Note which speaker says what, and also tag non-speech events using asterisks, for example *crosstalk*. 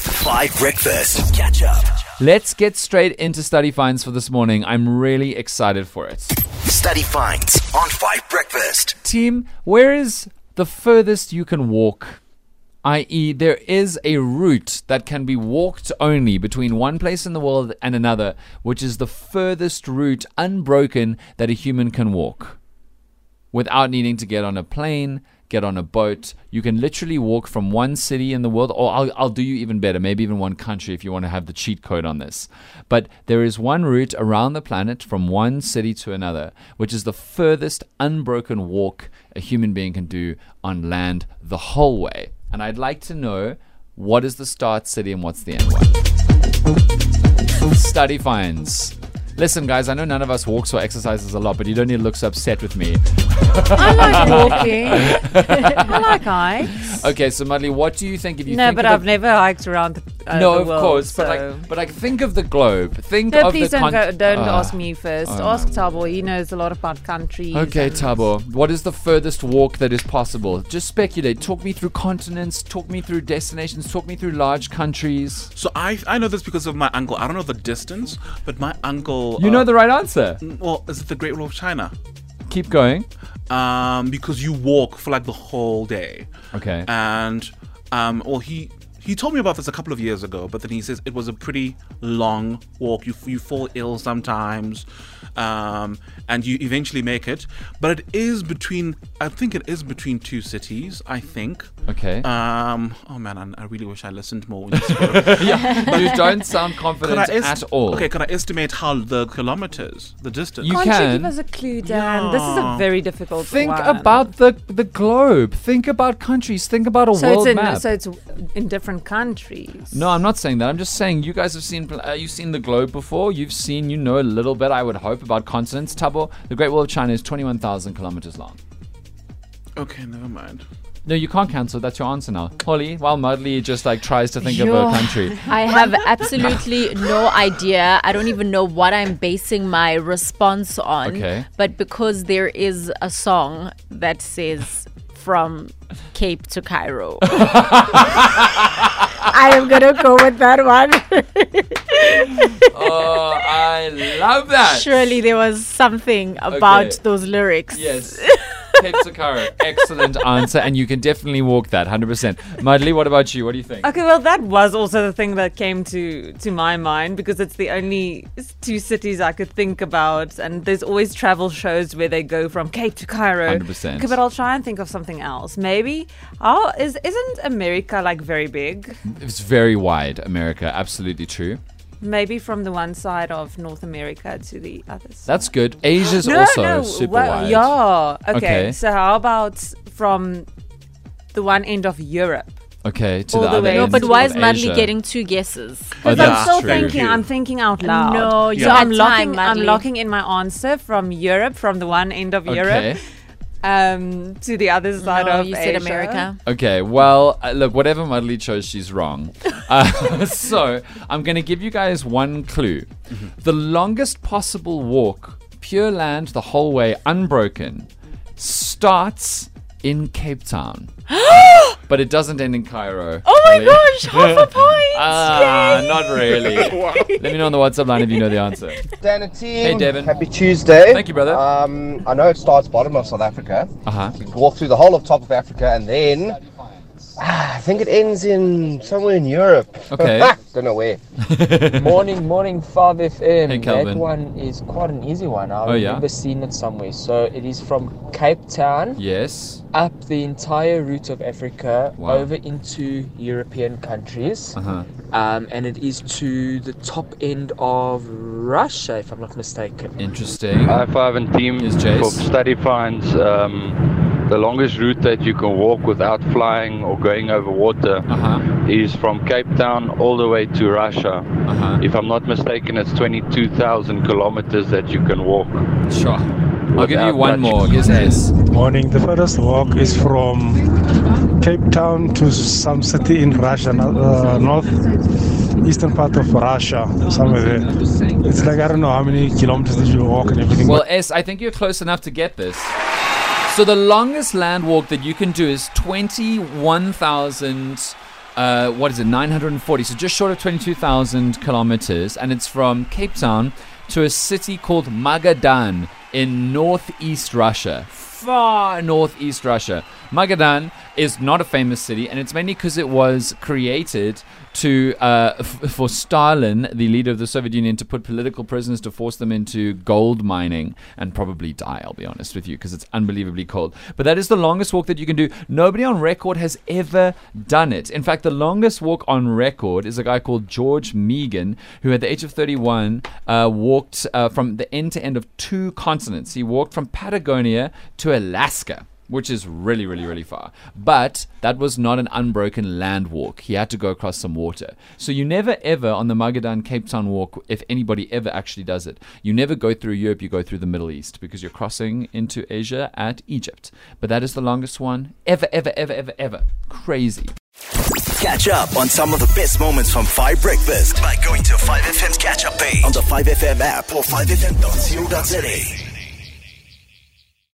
Speaker 1: Five Breakfast. Catch up.
Speaker 2: Let's get straight into study finds for this morning. I'm really excited for it.
Speaker 1: Study finds on Five Breakfast.
Speaker 2: Team, where is the furthest you can walk? I.e., there is a route that can be walked only between one place in the world and another, which is the furthest route unbroken that a human can walk without needing to get on a plane, get on a boat. You can literally walk from one city in the world, or I'll, I'll do you even better, maybe even one country if you want to have the cheat code on this. But there is one route around the planet from one city to another, which is the furthest unbroken walk a human being can do on land the whole way. And I'd like to know what is the start city and what's the end one study finds. Listen, guys, I know none of us walks or exercises a lot, but you don't need to look so upset with me.
Speaker 3: I like
Speaker 2: *laughs*
Speaker 3: walking. I like hikes.
Speaker 2: Okay, so Mudley, what do you think if you
Speaker 3: No,
Speaker 2: think
Speaker 3: but
Speaker 2: of
Speaker 3: I've
Speaker 2: the-
Speaker 3: never hiked around the uh,
Speaker 2: no,
Speaker 3: the
Speaker 2: of
Speaker 3: world,
Speaker 2: course, but
Speaker 3: so-
Speaker 2: like, but like, think of the globe. Think
Speaker 3: No,
Speaker 2: of
Speaker 3: please
Speaker 2: the
Speaker 3: don't
Speaker 2: con-
Speaker 3: go, don't
Speaker 2: Ah.
Speaker 3: ask me first. ask Tabo. He knows a lot about countries.
Speaker 2: Okay,
Speaker 3: and-
Speaker 2: Tabo, what is the furthest walk that is possible? Just speculate. Talk me through continents. Talk me through destinations. Talk me through large countries.
Speaker 4: So I I know this because of my uncle. I don't know the distance, but my uncle.
Speaker 2: You
Speaker 4: uh,
Speaker 2: know the right answer.
Speaker 4: Well, is it the Great Wall of China?
Speaker 2: Keep going.
Speaker 4: Um, because you walk for like the whole day.
Speaker 2: Okay.
Speaker 4: And um, well, he he told me about this a couple of years ago, but then he says it was a pretty long walk. You you fall ill sometimes, um, and you eventually make it. But it is between. I think it is between two cities. I think.
Speaker 2: Okay.
Speaker 4: Um. Oh man, I, I really wish I listened more. When you spoke.
Speaker 2: you don't sound confident
Speaker 4: est-
Speaker 2: at all.
Speaker 4: Okay, can I estimate how the kilometers, the distance?
Speaker 2: You
Speaker 3: Can't you
Speaker 2: can.
Speaker 3: give us a clue, Dan? This is a
Speaker 4: Yeah.
Speaker 3: very difficult
Speaker 2: Think
Speaker 3: one.
Speaker 2: about the the globe. Think about countries. Think about a
Speaker 3: so
Speaker 2: world
Speaker 3: it's in,
Speaker 2: map.
Speaker 3: So it's in different countries.
Speaker 2: no, I'm not saying that. I'm just saying you guys have seen pl- uh, you've seen the globe before. You've seen you know a little bit. I would hope about continents. Tabo, the Great Wall of China is 21,000 kilometers long.
Speaker 4: okay, never mind.
Speaker 2: No, you can't cancel. That's your answer now, Holly. While Mudley just like tries to think
Speaker 5: Yo.
Speaker 2: of a country.
Speaker 5: *laughs* I have absolutely no idea. I don't even know what I'm basing my response on.
Speaker 2: Okay.
Speaker 5: But because there is a song that says from Cape to Cairo.
Speaker 3: *laughs* I am gonna go with that one.
Speaker 2: oh, I love that.
Speaker 5: *laughs* Surely there was something about
Speaker 2: Okay.
Speaker 5: those lyrics.
Speaker 2: Yes. Cape Sakura. Excellent answer, and you can definitely walk that 100%. Mudley, what about you? What do you think?
Speaker 3: okay, well that was also the thing that came to to my mind because it's the only s- two cities I could think about, and there's always travel shows where they go from Cape to Cairo.
Speaker 2: 100%.
Speaker 3: Okay, but I'll try and think of something else. Maybe oh, is isn't America like very big?
Speaker 2: It's very wide, America. Absolutely true.
Speaker 3: Maybe from the one side of North America to the other side.
Speaker 2: That's good. Asia's also super
Speaker 3: well,
Speaker 2: wide.
Speaker 3: Yeah. Okay.
Speaker 2: Okay.
Speaker 3: So how about from the one end of Europe?
Speaker 2: Okay, to
Speaker 3: All
Speaker 2: the,
Speaker 3: the
Speaker 2: other
Speaker 3: way.
Speaker 2: end
Speaker 5: No, but why is
Speaker 2: of
Speaker 5: Madly
Speaker 2: Asia.
Speaker 5: getting two guesses?
Speaker 2: Oh,
Speaker 3: Because I'm
Speaker 2: that's
Speaker 3: still
Speaker 2: true.
Speaker 3: thinking. I'm thinking out loud.
Speaker 5: No, you
Speaker 3: so
Speaker 5: had
Speaker 3: I'm locking.
Speaker 5: time,
Speaker 3: I'm
Speaker 5: Madly.
Speaker 3: locking in my answer from Europe, from the one end of
Speaker 2: Okay.
Speaker 3: Europe, um, to the other side
Speaker 5: No,
Speaker 3: of
Speaker 5: you said
Speaker 3: Asia.
Speaker 5: America.
Speaker 2: Okay, well, uh, look, whatever Mudley chose, she's wrong. Uh, *laughs* so, I'm going to give you guys one clue. The longest possible walk, pure land the whole way, unbroken, starts in Cape Town. but it doesn't end in Cairo.
Speaker 5: Oh my
Speaker 2: Holly.
Speaker 5: gosh, half a point.
Speaker 2: Ah, not really. Let me know on the WhatsApp line if you know the answer.
Speaker 6: Dan and team.
Speaker 2: Hey, Devin.
Speaker 6: Happy Tuesday.
Speaker 2: Thank you, brother.
Speaker 6: Um, I know it starts bottom of South Africa.
Speaker 2: Uh-huh.
Speaker 6: You walk through the whole of top of Africa and then ah, I think it ends in somewhere in Europe. *laughs* Ah,
Speaker 2: Okay.
Speaker 6: Don't know where.
Speaker 7: Morning, morning, 5FM.
Speaker 2: Hey, Calvin.
Speaker 7: that one is quite an easy one. I've
Speaker 2: Oh, yeah?
Speaker 7: never seen it somewhere. So it is from Cape Town
Speaker 2: Yes.
Speaker 7: up the entire route of Africa
Speaker 2: Wow.
Speaker 7: over into European countries.
Speaker 2: Uh-huh.
Speaker 7: Um, and it is to the top end of Russia, if I'm not mistaken.
Speaker 2: Interesting.
Speaker 8: High five and team
Speaker 2: Yes, Jace.
Speaker 8: for study finds um, the longest route that you can walk without flying or going over water
Speaker 2: Uh-huh.
Speaker 8: is from Cape Town all the way to Russia.
Speaker 2: Uh-huh.
Speaker 8: If I'm not mistaken, it's 22,000 kilometers that you can walk.
Speaker 2: Sure. I'll give you
Speaker 8: Without
Speaker 2: one
Speaker 8: touching.
Speaker 2: more. Yes, yes.
Speaker 9: Morning. The furthest walk is from Cape Town to some city in Russia, uh, north eastern part of Russia, somewhere there. It's like I don't know how many kilometers did you walk and everything.
Speaker 2: Well, S, I think you're close enough to get this. So the longest land walk that you can do is 21,000 uh, what is it, 940, so just short of 22,000 kilometers, and it's from Cape Town to a city called Magadan in northeast Russia. Far northeast Russia. Magadan is not a famous city, and it's mainly because it was created to uh, f- for Stalin, the leader of the Soviet Union, to put political prisoners to force them into gold mining and probably die. I'll be honest with you, because it's unbelievably cold. But that is the longest walk that you can do. Nobody on record has ever done it. In fact, the longest walk on record is a guy called George Megan, who at the age of 31 uh, walked uh, from the end to end of two continents. He walked from Patagonia to Alaska which is really, really, really far. But that was not an unbroken land walk. He had to go across some water. So you never ever on the Magadan Cape Town walk, if anybody ever actually does it, you never go through Europe, you go through the Middle East because you're crossing into Asia at Egypt. But that is the longest one ever, ever, ever, ever, ever. Crazy.
Speaker 1: Catch up on some of the best moments from Five Breakfast by going to 5FM's catch up page on the 5FM app or 5FM.co.za.